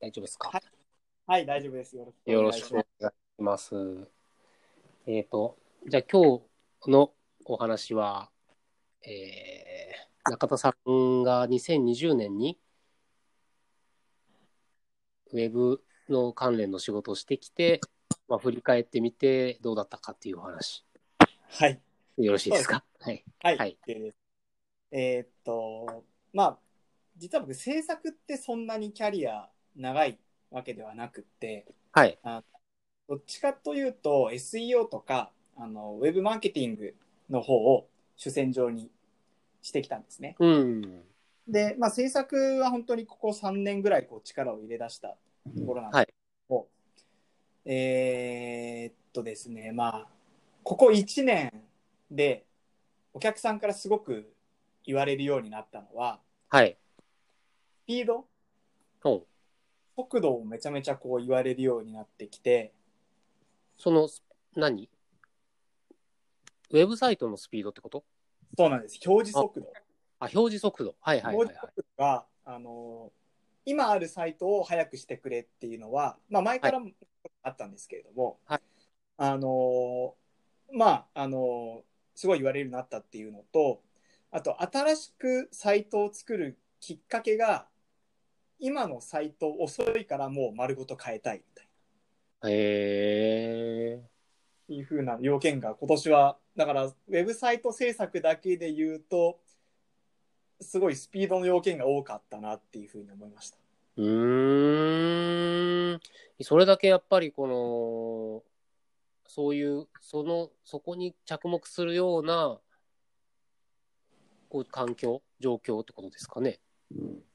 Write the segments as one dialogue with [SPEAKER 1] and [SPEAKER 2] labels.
[SPEAKER 1] 大丈夫ですか、
[SPEAKER 2] ははい、大丈夫です。よろしく
[SPEAKER 1] よ
[SPEAKER 2] お
[SPEAKER 1] ろ
[SPEAKER 2] 願い
[SPEAKER 1] しく
[SPEAKER 2] し
[SPEAKER 1] お
[SPEAKER 2] ま
[SPEAKER 1] 願いします。えっ、と、じゃあ今日のお話は、えー中田さんが2020年にウェブの関連の仕事をしてきて、まあ、振り返ってみてどうだったかっていうお話。
[SPEAKER 2] す。はい。
[SPEAKER 1] よろしいですかはい。
[SPEAKER 2] はい。
[SPEAKER 1] はい
[SPEAKER 2] でえーっと、まあ、実は僕、制作ってそんなにキャリア長いわけではなくって、
[SPEAKER 1] はい。
[SPEAKER 2] どっちかというと SEO とかあのウェブマーケティングの方を主戦場にしてきたんですね。
[SPEAKER 1] うん。
[SPEAKER 2] で、まあ、制作は本当にここ3年ぐらいこう力を入れ出したところなんですけど、えーっとですね、まあ、ここ1年でお客さんからすごく言われるようになったのは、
[SPEAKER 1] はい。
[SPEAKER 2] スピード
[SPEAKER 1] おう
[SPEAKER 2] 速度をめちゃめちゃこう言われるようになってきて、
[SPEAKER 1] その、何ウェブサイトのスピードってこと
[SPEAKER 2] そうなんです。表示速度。
[SPEAKER 1] あ、表示速度。はいはいはい、はい。
[SPEAKER 2] が、あの今あるサイトを早くしてくれっていうのは、まあ、前からもあったんですけれども、
[SPEAKER 1] はい
[SPEAKER 2] あのまああのすごい言われるようになったっていうのとあと新しくサイトを作るきっかけが今のサイト遅いからもう丸ごと変えたいみたいな。
[SPEAKER 1] へえ。
[SPEAKER 2] いうふうな要件が今年はだからウェブサイト制作だけで言うとすごいスピードの要件が多かったなっていうふうに思いました。
[SPEAKER 1] うーん。それだけやっぱりこの、そういう、その、そこに着目するような、こう、環境、状況ってことですかね。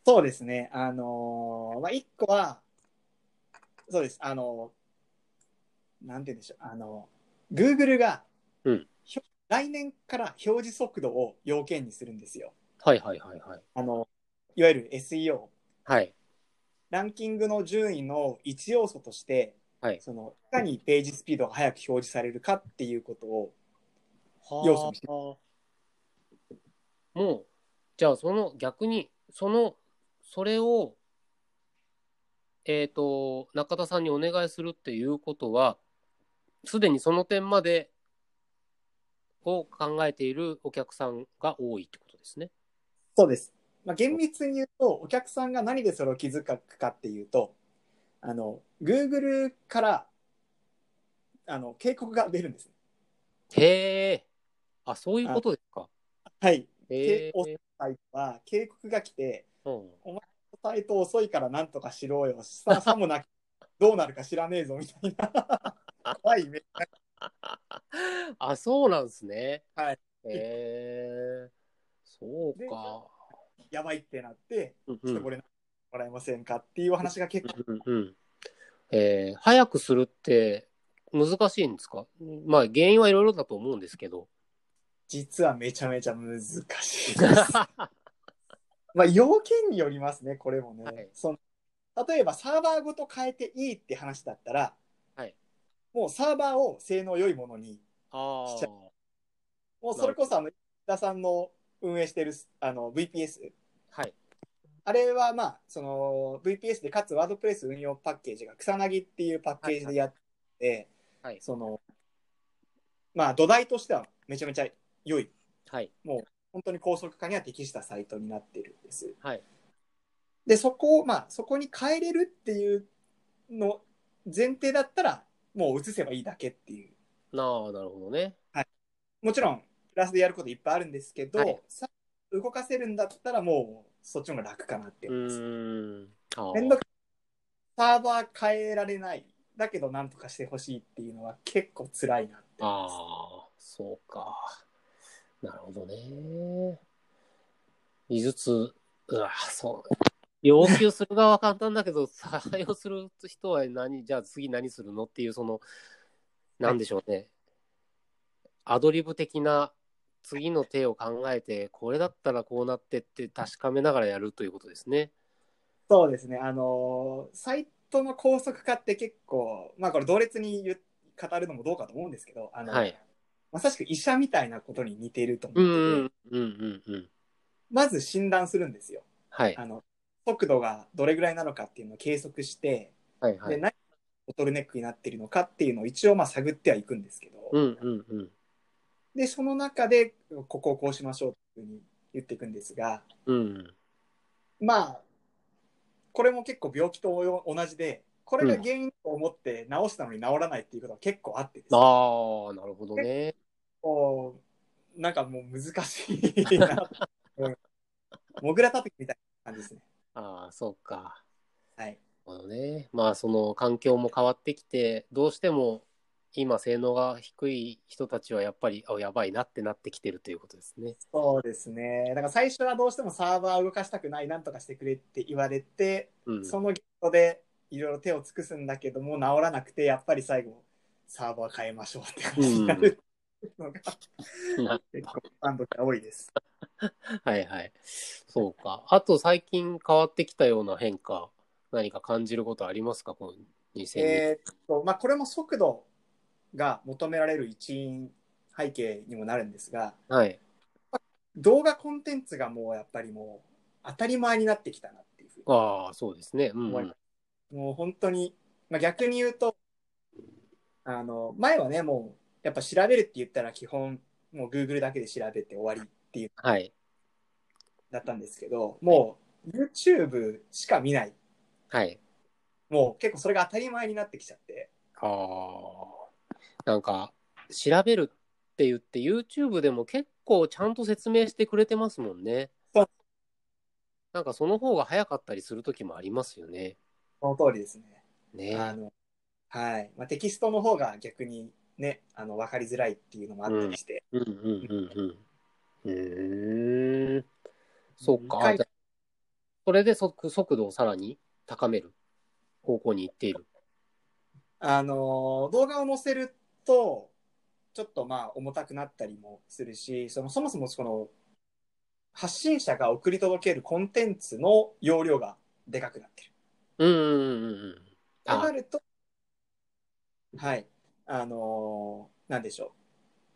[SPEAKER 2] そうですね。あのーまあ、一個は、そうです。あのーなんて言うんでしょう。あのー、Google が、
[SPEAKER 1] うん
[SPEAKER 2] ひょ来年から表示速度を要件にするんですよ。
[SPEAKER 1] はいはいはいはい。
[SPEAKER 2] あの、いわゆる SEO、
[SPEAKER 1] はい。
[SPEAKER 2] ランキングの順位の一要素として、
[SPEAKER 1] はい
[SPEAKER 2] その、いかにページスピードが早く表示されるかっていうことを、要素にして
[SPEAKER 1] はあもう、じゃあその逆に、その、それを、えっ、と、中田さんにお願いするっていうことは、すでにその点までを考えているお客さんが多いってことですね。
[SPEAKER 2] そうです。まあ、厳密に言うと、お客さんが何でそれを気づくかっていうと、あの、Google から、あの、警告が出るんです。
[SPEAKER 1] へえ。あ、そういうことですか。
[SPEAKER 2] はい。
[SPEAKER 1] へえ。
[SPEAKER 2] おサイトは、警告が来て、
[SPEAKER 1] うん
[SPEAKER 2] サイト遅いからなんとかしろよ。 ささもなく、どうなるか知らねえぞ、みたいな。怖いイメージ。
[SPEAKER 1] あ、そうなんですね。
[SPEAKER 2] はい。
[SPEAKER 1] へえ。そうか。
[SPEAKER 2] やばいってなって、
[SPEAKER 1] うん
[SPEAKER 2] ち
[SPEAKER 1] う
[SPEAKER 2] ょっ
[SPEAKER 1] ん
[SPEAKER 2] とこれ、もらえませんかっていうお話が結構、
[SPEAKER 1] うんうんえー早くするって難しいんですかまあ原因はいろいろだと思うんですけ ど。
[SPEAKER 2] 実はめちゃめちゃ難し いです。まあ、要件によりますね、これもね。
[SPEAKER 1] はい
[SPEAKER 2] その例えば、サーバーごと変えていいって話だったら、
[SPEAKER 1] はい
[SPEAKER 2] もうサーバーを性能良いものに、
[SPEAKER 1] あ
[SPEAKER 2] しちゃもうそれこそ、あの、石田さんの運営してるあの VPS、
[SPEAKER 1] はい。
[SPEAKER 2] あれは、まあ、その VPS で、かつワードプレス運用パッケージが草薙っていうパッケージでやって、
[SPEAKER 1] はい
[SPEAKER 2] その、まあ、土台としてはめちゃめちゃ良い
[SPEAKER 1] はい。
[SPEAKER 2] 本当に高速化には適したサイトになってるんです。
[SPEAKER 1] はい
[SPEAKER 2] で、そこを、まあ、そこに変えれるっていうの前提だったら、もう移せばいいだけっていう。
[SPEAKER 1] なあ、なるほどね。
[SPEAKER 2] もちろん、プラスでやることいっぱいあるんですけど、
[SPEAKER 1] はい
[SPEAKER 2] さ動かせるんだったら、もう、そっちの方が楽かなって
[SPEAKER 1] う
[SPEAKER 2] 思います。
[SPEAKER 1] ーん。あー
[SPEAKER 2] めんどくサーバー変えられない。だけど、なんとかしてほしいっていうのは結構辛いなって思い
[SPEAKER 1] あ
[SPEAKER 2] ます。
[SPEAKER 1] あ、そうか。なるほどね。技術、うわ、そう。要求する側は簡単だけど、 採用する人は何、じゃあ次何するのっていう、その、なんでしょうね。アドリブ的な次の手を考えて、これだったらこうなってって確かめながらやるということですね。
[SPEAKER 2] そうですね、あのーサイトの高速化って結構、まあ、これ、同列に言う語るのもどうかと思うんですけど、あの
[SPEAKER 1] はい。
[SPEAKER 2] まさしく医者みたいなことに似ていると思
[SPEAKER 1] う
[SPEAKER 2] っ
[SPEAKER 1] ん
[SPEAKER 2] てて、
[SPEAKER 1] うんうんうんうん。
[SPEAKER 2] まず診断するんですよ
[SPEAKER 1] はい。
[SPEAKER 2] あの。速度がどれぐらいなのかっていうのを計測して、
[SPEAKER 1] はいは
[SPEAKER 2] で
[SPEAKER 1] い。
[SPEAKER 2] 何がボトルネックになってるのかっていうのを一応まあ探ってはいくんですけど、
[SPEAKER 1] うんうんうん。
[SPEAKER 2] でその中でここをこうしましょうっていうふうに言っていくんですが
[SPEAKER 1] うん。
[SPEAKER 2] まあこれも結構病気と同じでこれが原因と思って治したのに治らないっていうことは結構あってです
[SPEAKER 1] あ
[SPEAKER 2] ね
[SPEAKER 1] あ、なるほどね。
[SPEAKER 2] こうなんかもう難し いな、うん、モグラたたきみたいな感じですね
[SPEAKER 1] ああ、そうか。
[SPEAKER 2] はい
[SPEAKER 1] なるほどね。まあ、その環境も変わってきて、どうしても今、性能が低い人たちはやっぱり、あ、やばいなってなってきてるということですね。
[SPEAKER 2] そうですねだから最初はどうしてもサーバーを動かしたくないなんとかしてくれって言われて
[SPEAKER 1] うん。
[SPEAKER 2] そのゲットでいろいろ手を尽くすんだけども治らなくてやっぱり最後サーバー変えましょうって話になるのが
[SPEAKER 1] な
[SPEAKER 2] 結構ファンとして多いです。
[SPEAKER 1] はいはい。そうか。あと、最近変わってきたような変化、何か感じることありますかこの2000
[SPEAKER 2] えーっとまあこれも速度が求められる一因背景にもなるんですが
[SPEAKER 1] はい。
[SPEAKER 2] 動画コンテンツがもうやっぱりもう当たり前になってきたなっていうふうに
[SPEAKER 1] ああ、そうですね。うん、うん。
[SPEAKER 2] もう本当に、まあ、逆に言うと、あの、前はね、もう、やっぱ調べるって言ったら基本、もう Google だけで調べて終わりっていう、
[SPEAKER 1] はい。
[SPEAKER 2] だったんですけど、もう YouTube しか見ない。
[SPEAKER 1] はい。
[SPEAKER 2] もう結構それが当たり前になってきちゃって。
[SPEAKER 1] ああ。なんか、調べるって言って、YouTube でも結構ちゃんと説明してくれてますもんね
[SPEAKER 2] そう。
[SPEAKER 1] なんかその方が早かったりする時もありますよね。
[SPEAKER 2] その通りですね。
[SPEAKER 1] ね
[SPEAKER 2] あの、はい。まあ、テキストの方が逆にね、あの、わかりづらいっていうのもあったりして。
[SPEAKER 1] うんうんうんうん。うーん。そうか。
[SPEAKER 2] はい
[SPEAKER 1] じゃあそれで速速度をさらに高める方向に行っている。
[SPEAKER 2] あの、動画を載せると、ちょっとまあ重たくなったりもするし、そのそもそもその発信者が送り届けるコンテンツの容量がでかくなってる。
[SPEAKER 1] うんうんうんうん。
[SPEAKER 2] とな
[SPEAKER 1] あ
[SPEAKER 2] ると、はい、あのーなんでしょ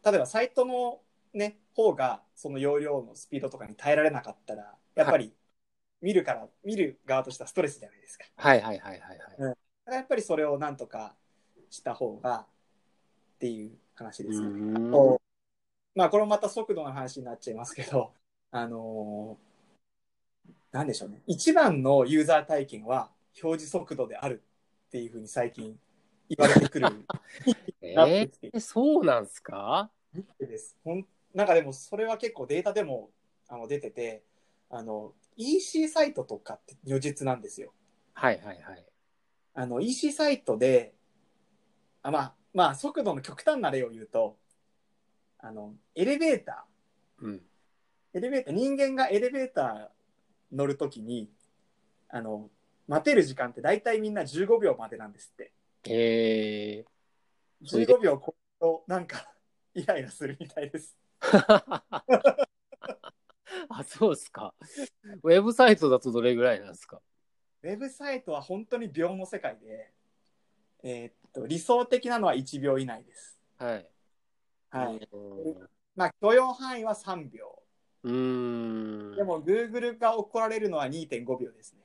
[SPEAKER 2] う。例えばサイトのね、方がその容量のスピードとかに耐えられなかったら、やっぱり見るから、見る側としてはストレスじゃないですか。
[SPEAKER 1] はいはいはいはいはい。
[SPEAKER 2] だからやっぱりそれをなんとかした方がっていう話ですね。
[SPEAKER 1] うーん
[SPEAKER 2] こうまあこれもまた速度の話になっちゃいますけど、 あのーなんでしょうね。一番のユーザー体験は表示速度であるっていうふうに最近言われてくる
[SPEAKER 1] え
[SPEAKER 2] なってきてい
[SPEAKER 1] ー、そうなんすか
[SPEAKER 2] るです。ほんなんかでもそれは結構データでもあの出てて、あの EC サイトとかって如実なんですよ。
[SPEAKER 1] はいはいはい。
[SPEAKER 2] あの EC サイトで、あまあ、まあ、速度の極端な例を言うと、あの、エレベータ
[SPEAKER 1] うん。
[SPEAKER 2] ー、エレベーター、人間がエレベーター乗るときに、あの、待てる時間って大体みんな15秒までなんですって。
[SPEAKER 1] えー。それで
[SPEAKER 2] 15秒超えると、なんか、 イライラするみたいです。
[SPEAKER 1] あ、そうですか。ウェブサイトだとどれぐらいなんですか
[SPEAKER 2] ウェブサイトは本当に秒の世界で、えーっと、理想的なのは1秒以内です。
[SPEAKER 1] はい。
[SPEAKER 2] はい。
[SPEAKER 1] う
[SPEAKER 2] まあ、許容範囲は3秒。
[SPEAKER 1] ーん。
[SPEAKER 2] でも、Google が怒られるのは2.5秒ですね。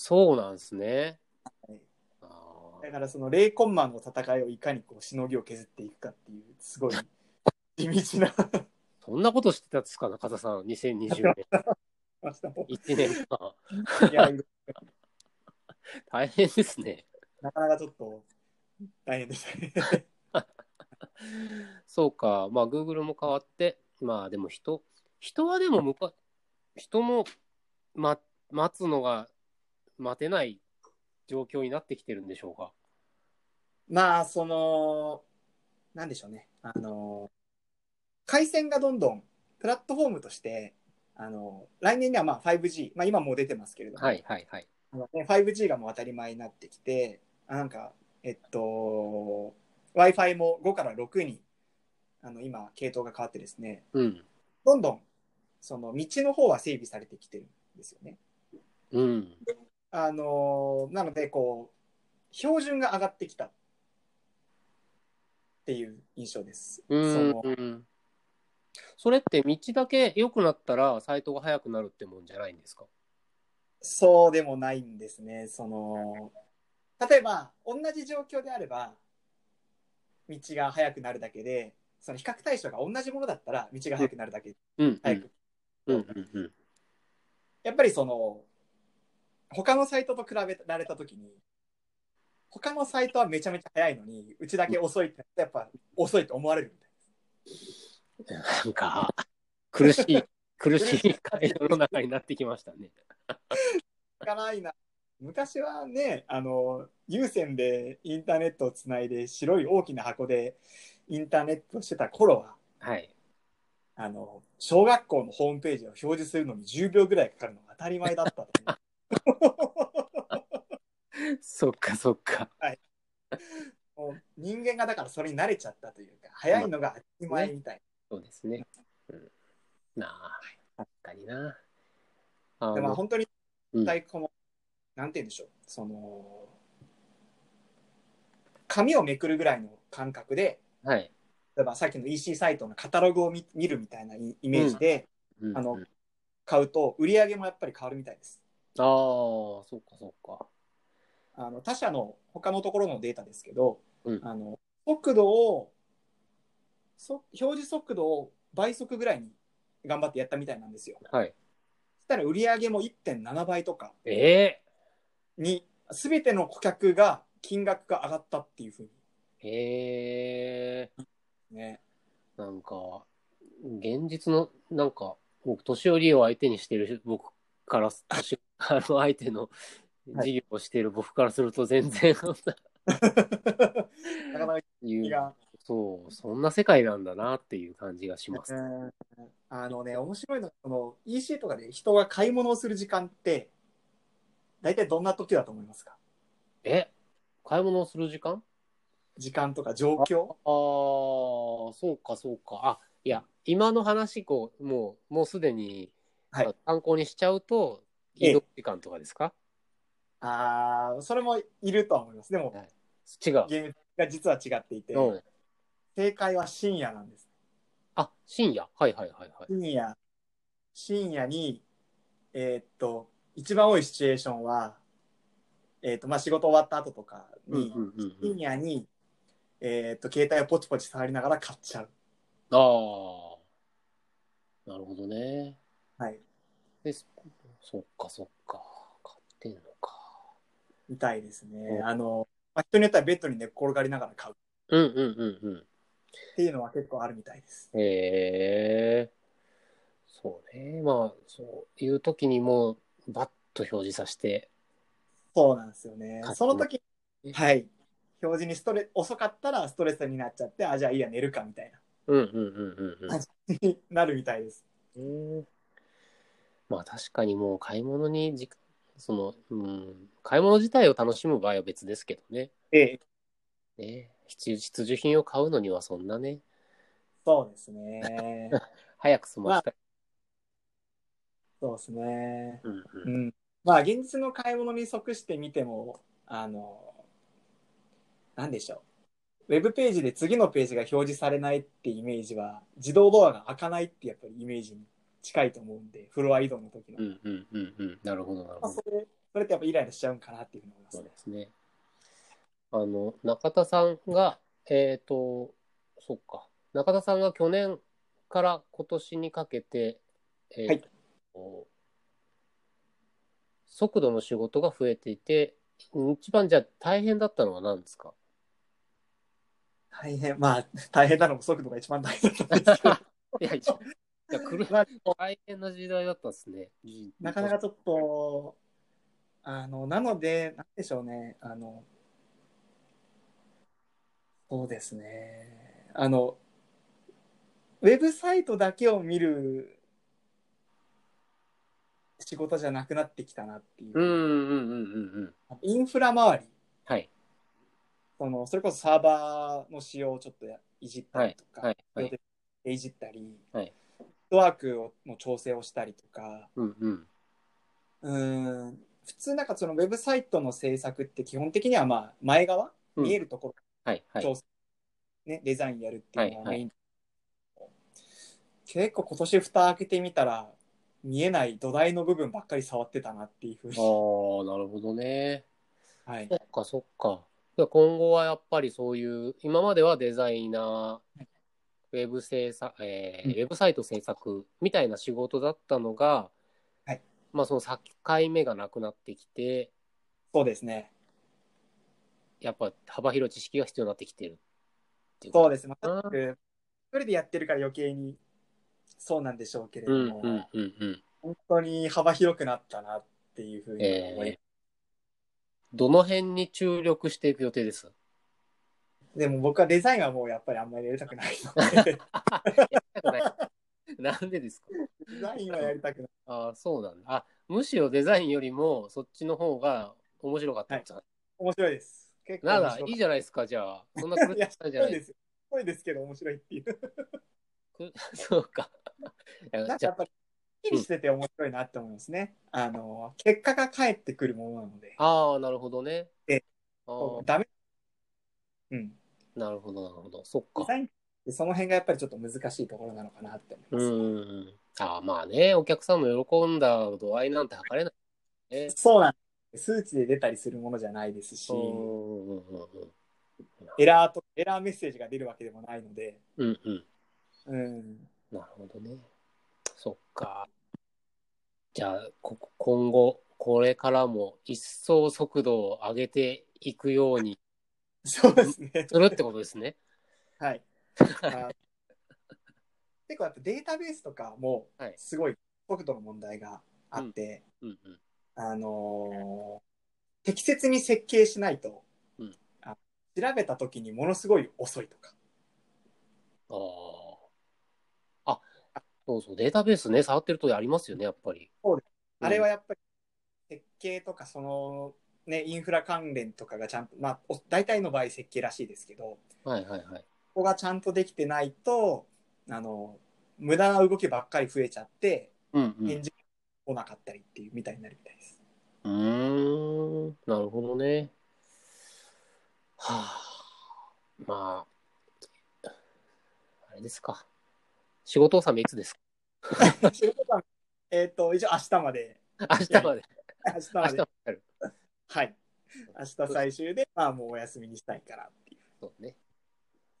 [SPEAKER 1] そうなんですね。
[SPEAKER 2] はい
[SPEAKER 1] あ
[SPEAKER 2] だ
[SPEAKER 1] ー
[SPEAKER 2] からその0コンマの戦いをいかにこうしのぎを削っていくかっていうすごい地道な
[SPEAKER 1] そんなことしてたんですか中田さん、2020年、
[SPEAKER 2] 話だも
[SPEAKER 1] 1年間。
[SPEAKER 2] んいや
[SPEAKER 1] 大変ですね。
[SPEAKER 2] なかなかちょっと大変でしたね。
[SPEAKER 1] そうか、まあ、Google も変わって、まあ、でも人、人はでも向か、人も、ま、待つのが、待てない状況になってきてるんでしょうか。
[SPEAKER 2] まあそのなんでしょうねあの回線がどんどんプラットフォームとしてあの来年にはまあ 5G、まあ、今もう出てますけれども、
[SPEAKER 1] はいはいはい。
[SPEAKER 2] あのね 5G がもう当たり前になってきて、あなんか、えっと、Wi-Fi も5から6に、あの、今、系統が変わってですね、
[SPEAKER 1] うん。
[SPEAKER 2] どんどん、その、道の方は整備されてきてるんですよね。
[SPEAKER 1] うん。
[SPEAKER 2] あのー、なので、こう、標準が上がってきたっていう印象です。
[SPEAKER 1] う
[SPEAKER 2] そ
[SPEAKER 1] ん
[SPEAKER 2] の
[SPEAKER 1] うん。それって道だけ良くなったらサイトが速くなるってもんじゃないんですか
[SPEAKER 2] そうでもないんですね。その、例えば、同じ状況であれば、道が速くなるだけで、その比較対象が同じものだったら、道が速くなるだけ、
[SPEAKER 1] うん。
[SPEAKER 2] 速く。
[SPEAKER 1] うんうんうん。
[SPEAKER 2] やっぱりその、他のサイトと比べられたときに、他のサイトはめちゃめちゃ速いのに、うちだけ遅いって、やっぱ遅いと思われるみたい
[SPEAKER 1] なんか、苦し い、苦しい世の中になってきましたね。
[SPEAKER 2] な。行かないな。昔はね、あの、有線でインターネットをつないで、白い大きな箱でインターネットしてた頃は、
[SPEAKER 1] はい。
[SPEAKER 2] あの、小学校のホームページを表示するのに10秒ぐらいかかるのが当たり前だったと思う。
[SPEAKER 1] そっかそっか。
[SPEAKER 2] もう人間がだからそれに慣れちゃったというか、早いのが当たり前みたいな。
[SPEAKER 1] そうですね。うん、なあ、確かにな。あ
[SPEAKER 2] でまあ
[SPEAKER 1] の
[SPEAKER 2] 本当に
[SPEAKER 1] うん
[SPEAKER 2] 太鼓も、なんて言うんでしょう、その、紙をめくるぐらいの感覚で、
[SPEAKER 1] はい。
[SPEAKER 2] 例えばさっきの EC サイトのカタログを見見るみたいなイイメージで
[SPEAKER 1] うん
[SPEAKER 2] あの
[SPEAKER 1] うん
[SPEAKER 2] 買うと、売り上げもやっぱり変わるみたいです。
[SPEAKER 1] あー、そっかそっか。
[SPEAKER 2] あの他社の他のところのデータですけど、
[SPEAKER 1] うん
[SPEAKER 2] あの速度をそ表示速度を倍速ぐらいに頑張ってやったみたいなんですよ。
[SPEAKER 1] はい。
[SPEAKER 2] そしたら売り上げも1.7倍とか
[SPEAKER 1] え
[SPEAKER 2] に全ての顧客が金額が上がったっていうふう
[SPEAKER 1] ー、え
[SPEAKER 2] にね。
[SPEAKER 1] ー、なんか、現実の、なんか、僕、年寄りを相手にしてる僕から、年あの相手の事業をしている僕からすると全然、
[SPEAKER 2] なかなか
[SPEAKER 1] 言
[SPEAKER 2] 気
[SPEAKER 1] う
[SPEAKER 2] が、
[SPEAKER 1] そう、そんな世界なんだなっていう感じがします。
[SPEAKER 2] うんあのね面白いのはその EC とかで人が買い物をする時間って大体どんな時だと思いますか
[SPEAKER 1] え買い物をする時間
[SPEAKER 2] 時間とか状況
[SPEAKER 1] ああ、そうか、そうか。あ、いや、今の話、こう、もう、もうすでに、
[SPEAKER 2] はい
[SPEAKER 1] あ参考にしちゃうと、
[SPEAKER 2] ええ
[SPEAKER 1] 移動時間とかですか、
[SPEAKER 2] ああそれもいるとは思いますでも
[SPEAKER 1] 違う。
[SPEAKER 2] ゲームが実は違っていて、
[SPEAKER 1] うん。
[SPEAKER 2] 正解は深夜なんです。
[SPEAKER 1] あ、深夜。はいはいはいはい。
[SPEAKER 2] 深夜、深夜に、えーっと、一番多いシチュエーションは、えーっと、まあ、仕事終わった後とか
[SPEAKER 1] うん
[SPEAKER 2] に、
[SPEAKER 1] うんうんうん
[SPEAKER 2] 深夜に、えーっと、携帯をポチポチ触りながら買っちゃう。
[SPEAKER 1] ああ、なるほどね。
[SPEAKER 2] はい。
[SPEAKER 1] で、そそっかそっか。買ってんのか。
[SPEAKER 2] みたいですね
[SPEAKER 1] う。ん
[SPEAKER 2] あの、まあ、人によってはベッドに寝っ転がりながら買う
[SPEAKER 1] うんうんうんうん。
[SPEAKER 2] っていうのは結構あるみたいです。
[SPEAKER 1] へえそうね。まあ、そういう時にもう、バッと表示させて、
[SPEAKER 2] そうなんですよね
[SPEAKER 1] は。い
[SPEAKER 2] その時
[SPEAKER 1] え、
[SPEAKER 2] はい。表示にストレ遅かったらストレスになっちゃって、あ、じゃあいいや、寝るかみたい
[SPEAKER 1] うんうんうんうんうん。
[SPEAKER 2] はいな、 なるみたいです。
[SPEAKER 1] ねまあ確かにもう買い物にじ、その、うん、買い物自体を楽しむ場合は別ですけどね。
[SPEAKER 2] ええ、
[SPEAKER 1] ね必需必需品を買うのにはそんなね、
[SPEAKER 2] そうですね。
[SPEAKER 1] 早く済ましたい。
[SPEAKER 2] そうですね。
[SPEAKER 1] うん
[SPEAKER 2] う
[SPEAKER 1] うん
[SPEAKER 2] ん。まあ、現実の買い物に即してみても、あの、なんでしょう。ウェブページで次のページが表示されないってイメージは、自動ドアが開かないってやっぱりイメージに近いと思うんで、フロア移動の時の。
[SPEAKER 1] うんうんうんうん。なるほどなる
[SPEAKER 2] まあ、
[SPEAKER 1] ほ
[SPEAKER 2] そ
[SPEAKER 1] ど。
[SPEAKER 2] れ、それってやっぱイライラしちゃうんかなっていうふうに思います
[SPEAKER 1] そう
[SPEAKER 2] ね
[SPEAKER 1] で。すね。あの、中田さんが、えっ、と、そっか。中田さんが去年から今年にかけて、えーと速度の仕事が増えていて、一番じゃあ大変だったのは何です か
[SPEAKER 2] 大変、まあ、大変なのも速度が一番大変だったんですけど、
[SPEAKER 1] いや、いや苦
[SPEAKER 2] まあ、
[SPEAKER 1] 大変な時代だったんですね。
[SPEAKER 2] なかなかちょっと、あの、なので、なんでしょうね、あの、そうですね、あの、ウェブサイトだけを見る仕事じゃなくなってきたなっていうう、
[SPEAKER 1] んうんうんうんうん。
[SPEAKER 2] インフラ周り、
[SPEAKER 1] はい。
[SPEAKER 2] その、それこそサーバーの仕様をちょっとやいじったりとか、
[SPEAKER 1] はい。はい。
[SPEAKER 2] いじったり、
[SPEAKER 1] はい
[SPEAKER 2] ネットワークをの調整をしたりとか、
[SPEAKER 1] うんうん。
[SPEAKER 2] うーん普通なんかそのウェブサイトの制作って基本的にはまあ前側、
[SPEAKER 1] うん
[SPEAKER 2] 見えるとこ
[SPEAKER 1] はい。は
[SPEAKER 2] ろ
[SPEAKER 1] い。
[SPEAKER 2] 調整、ね、デザインやるっていうの
[SPEAKER 1] は
[SPEAKER 2] が
[SPEAKER 1] いは
[SPEAKER 2] メ
[SPEAKER 1] い
[SPEAKER 2] イン、結構今年蓋開けてみたら見えない土台の部分ばっかり触ってたなってい
[SPEAKER 1] あ
[SPEAKER 2] うふう
[SPEAKER 1] あ、
[SPEAKER 2] に、
[SPEAKER 1] なるほどね。
[SPEAKER 2] はい
[SPEAKER 1] そ、っかそっか。で今後はやっぱりそういう、今まではデザイナー、ウェブ制作、えー
[SPEAKER 2] うん
[SPEAKER 1] ウェブサイト制作みたいな仕事だったのが、
[SPEAKER 2] はい
[SPEAKER 1] まあその境目がなくなってきて、
[SPEAKER 2] そうですね
[SPEAKER 1] やっぱ幅広い知識が必要になってきてるっていう
[SPEAKER 2] そう
[SPEAKER 1] で
[SPEAKER 2] ですまさしく一人でやってるから余計にそうなんでしょうけれど
[SPEAKER 1] うん
[SPEAKER 2] も、
[SPEAKER 1] うんうんうん。
[SPEAKER 2] 本当に幅広くなったなっていうふうに思います
[SPEAKER 1] えーどの辺に注力していく予定です
[SPEAKER 2] でも僕はデザインはもうやっぱりあんまりやりたくない ので
[SPEAKER 1] なんでですか
[SPEAKER 2] デザインはやりたくない
[SPEAKER 1] ああ、そうなんだ。あ、むしろデザインよりもそっちの方が面白かったんじゃない
[SPEAKER 2] 面白いです結構
[SPEAKER 1] な
[SPEAKER 2] 面
[SPEAKER 1] ら
[SPEAKER 2] 白、
[SPEAKER 1] いい
[SPEAKER 2] い
[SPEAKER 1] じゃないですか、じ ゃあ。そんな苦しく ないじゃない
[SPEAKER 2] で
[SPEAKER 1] です
[SPEAKER 2] すそうですけど面白いっていう
[SPEAKER 1] か。そうか。いや
[SPEAKER 2] なん
[SPEAKER 1] じゃ
[SPEAKER 2] かやっぱりすっきりしてて面白いなって思いますね、あの結果が返ってくるものなので
[SPEAKER 1] あ、ああ、なるほどね。
[SPEAKER 2] え
[SPEAKER 1] あー
[SPEAKER 2] ダメうん
[SPEAKER 1] なるほど、なるほど。そっ
[SPEAKER 2] デ
[SPEAKER 1] か。
[SPEAKER 2] ザインってその辺がやっぱりちょっと難しいところなのかなって思いま
[SPEAKER 1] う
[SPEAKER 2] す、
[SPEAKER 1] ん。ああ、まあね、お客さんの喜んだ度合いなんて測れない。ね。
[SPEAKER 2] そうなんです数値で出たりするものじゃないですし、
[SPEAKER 1] うんうんうんうん
[SPEAKER 2] エラーとエラーメッセージが出るわけでもないので、
[SPEAKER 1] うんうん。
[SPEAKER 2] うん、
[SPEAKER 1] なるほどね。そっか。じゃあ、こ今後、これからも一層速度を上げていくように
[SPEAKER 2] そうですね
[SPEAKER 1] するってことですね。
[SPEAKER 2] はい。あ 結構やっぱデータベースとかも
[SPEAKER 1] はい
[SPEAKER 2] すごい速度の問題があって、
[SPEAKER 1] うんうん。
[SPEAKER 2] あのー適切に設計しないと、
[SPEAKER 1] うん
[SPEAKER 2] あ調べた時にものすごい遅いとか
[SPEAKER 1] ああ。あ、そうそう、データベースね、触ってるとありますよね、やっぱり。
[SPEAKER 2] そうで
[SPEAKER 1] うん
[SPEAKER 2] あれは、やっぱり設計とかその、ね、インフラ関連とかがちゃんと、まあ、お大体の場合設計らしいですけどこ
[SPEAKER 1] はいはいはい。
[SPEAKER 2] こがちゃんとできてないとあの無駄な動きばっかり増えちゃって
[SPEAKER 1] うんうん。
[SPEAKER 2] 返事が来なかったりっていうみたいになるみたいです。
[SPEAKER 1] うーん、なるほどね。はあ、まあ、あれですか。仕事納めいつですか
[SPEAKER 2] 仕事は えっ、と、一応明日まで、
[SPEAKER 1] 明日まで。
[SPEAKER 2] 明日
[SPEAKER 1] 明
[SPEAKER 2] ま
[SPEAKER 1] 日ま
[SPEAKER 2] で、
[SPEAKER 1] でやる。
[SPEAKER 2] はい。明日最終で、まあもうお休みにしたいからっていう。
[SPEAKER 1] そうね。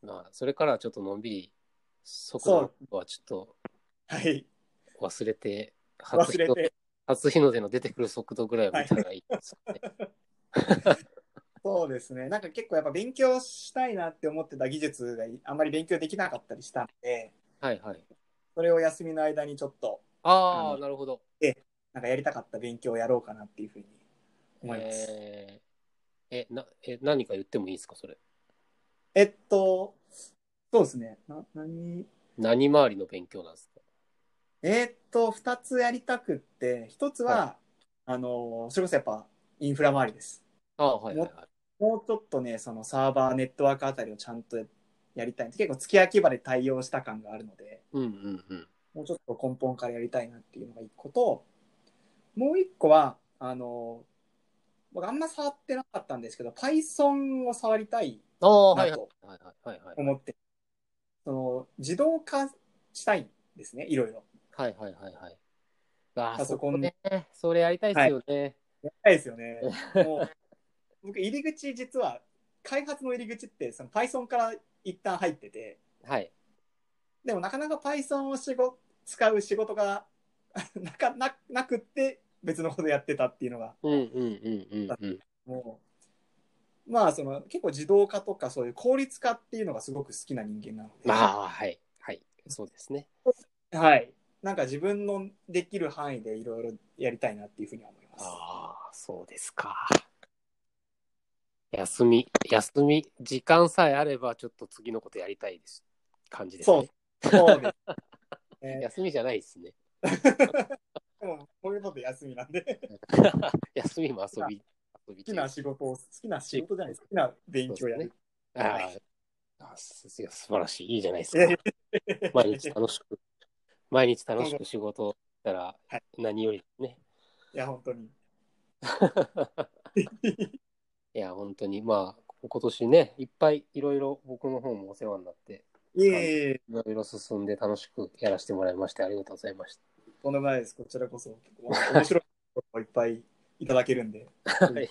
[SPEAKER 1] まあ、それからはちょっとのんびり、速度はちょ
[SPEAKER 2] はい。
[SPEAKER 1] っと忘れて、初
[SPEAKER 2] 忘
[SPEAKER 1] 日
[SPEAKER 2] れ
[SPEAKER 1] の
[SPEAKER 2] て、
[SPEAKER 1] 初日の出の出てくる速度ぐらいを見たらいいですよね。
[SPEAKER 2] そうですね。なんか結構やっぱ勉強したいなって思ってた技術があんまり勉強できなかったりしたんで、
[SPEAKER 1] はいはい。
[SPEAKER 2] それを休みの間にちょっと、
[SPEAKER 1] あ
[SPEAKER 2] あ
[SPEAKER 1] あ、
[SPEAKER 2] の
[SPEAKER 1] なるほど。
[SPEAKER 2] なんかやりたかった勉強をやろうかなっていうふうに思います。
[SPEAKER 1] えーえ、な、え、何か言ってもいいですか、それ。
[SPEAKER 2] えっと、そうですね。な、何
[SPEAKER 1] 何回りの勉強なんですか
[SPEAKER 2] えーっと、二つやりたくって、一つは、
[SPEAKER 1] は
[SPEAKER 2] あの、それこそやっぱインフラ周りです。
[SPEAKER 1] ああ、はいはいはい。
[SPEAKER 2] もうちょっとね、そのサーバー、ネットワークあたりをちゃんとやりたいんです。結構月焼き場で対応した感があるので、
[SPEAKER 1] うんうんうん。
[SPEAKER 2] もうちょっと根本からやりたいなっていうのが一個と、もう一個は、あの、僕あんま触ってなかったんですけど、Python を触りたい
[SPEAKER 1] ああ、はい
[SPEAKER 2] な
[SPEAKER 1] はい
[SPEAKER 2] と
[SPEAKER 1] はいはいはい。
[SPEAKER 2] 思って、その自動化したいんですね、いろいろ。
[SPEAKER 1] はいはいはいはい。ああ、
[SPEAKER 2] パ
[SPEAKER 1] そ
[SPEAKER 2] ソ
[SPEAKER 1] こ
[SPEAKER 2] コン
[SPEAKER 1] ね。それやりたいですよね。
[SPEAKER 2] やりたいですよね。もう僕、入り口実は、開発の入り口って、その Python から一旦入ってて、
[SPEAKER 1] はい。
[SPEAKER 2] でもなかなか Python を仕事使う仕事が なかななくって別のことやってたっていうのが
[SPEAKER 1] うんうんうんうんうん。
[SPEAKER 2] もうまあその結構自動化とかそういう効率化っていうのがすごく好きな人間なので、
[SPEAKER 1] まあ、はい。はい。そうですね。
[SPEAKER 2] はい、なんか自分のできる範囲でいろいろやりたいなっていうふうには思います。
[SPEAKER 1] ああ、そうですか。休み、休み、時間さえあれば、ちょっと次のことやりたいです。感じです
[SPEAKER 2] そ
[SPEAKER 1] ね
[SPEAKER 2] う。そうです、ね
[SPEAKER 1] 休みじゃ ないですね。
[SPEAKER 2] でもこういうこと休みなんで
[SPEAKER 1] 休みも遊び、遊び
[SPEAKER 2] 好きな仕事を好きな仕事じゃないです好きな勉強やる、
[SPEAKER 1] あー
[SPEAKER 2] はい
[SPEAKER 1] あすす素晴らしい。いいじゃないです
[SPEAKER 2] いやい
[SPEAKER 1] か。毎 日楽しく、毎日楽しく仕事をしたら
[SPEAKER 2] は
[SPEAKER 1] 何よりね。
[SPEAKER 2] いや本当に
[SPEAKER 1] いや、本当に、まあ、今年ね、いっぱいいろいろ僕の方もお世話になって、
[SPEAKER 2] いえいえ
[SPEAKER 1] いろいろ進んで楽しくやらせてもらいまして、ありがとうございました。
[SPEAKER 2] とんでもないです。こちらこそ。面白いことをいっぱいいただけるんで、
[SPEAKER 1] はい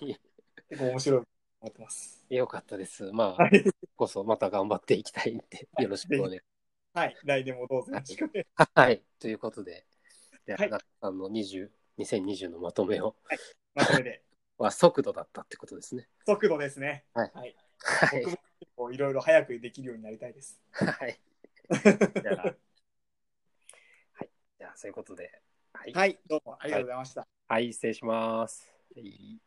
[SPEAKER 2] 結構面白いと思ってます。
[SPEAKER 1] よかったです。まあ、
[SPEAKER 2] はい。
[SPEAKER 1] こそまた頑張っていきたいんで、よろしくお願いし
[SPEAKER 2] はい。来年もどうぞよろしくお願いし
[SPEAKER 1] ます。はい。ということで、で、
[SPEAKER 2] はい
[SPEAKER 1] 花さんの20 2020のまとめを
[SPEAKER 2] ます。まとめで、
[SPEAKER 1] は速度だったってことですね。
[SPEAKER 2] 速度ですね。
[SPEAKER 1] はい
[SPEAKER 2] 僕。も結構いろいろ早くできるようになりたいです。
[SPEAKER 1] はい。じゃあ、はい。じゃあ、そういうことで、はい。
[SPEAKER 2] はい。どうもありがとうございました。
[SPEAKER 1] はい、失礼します。はい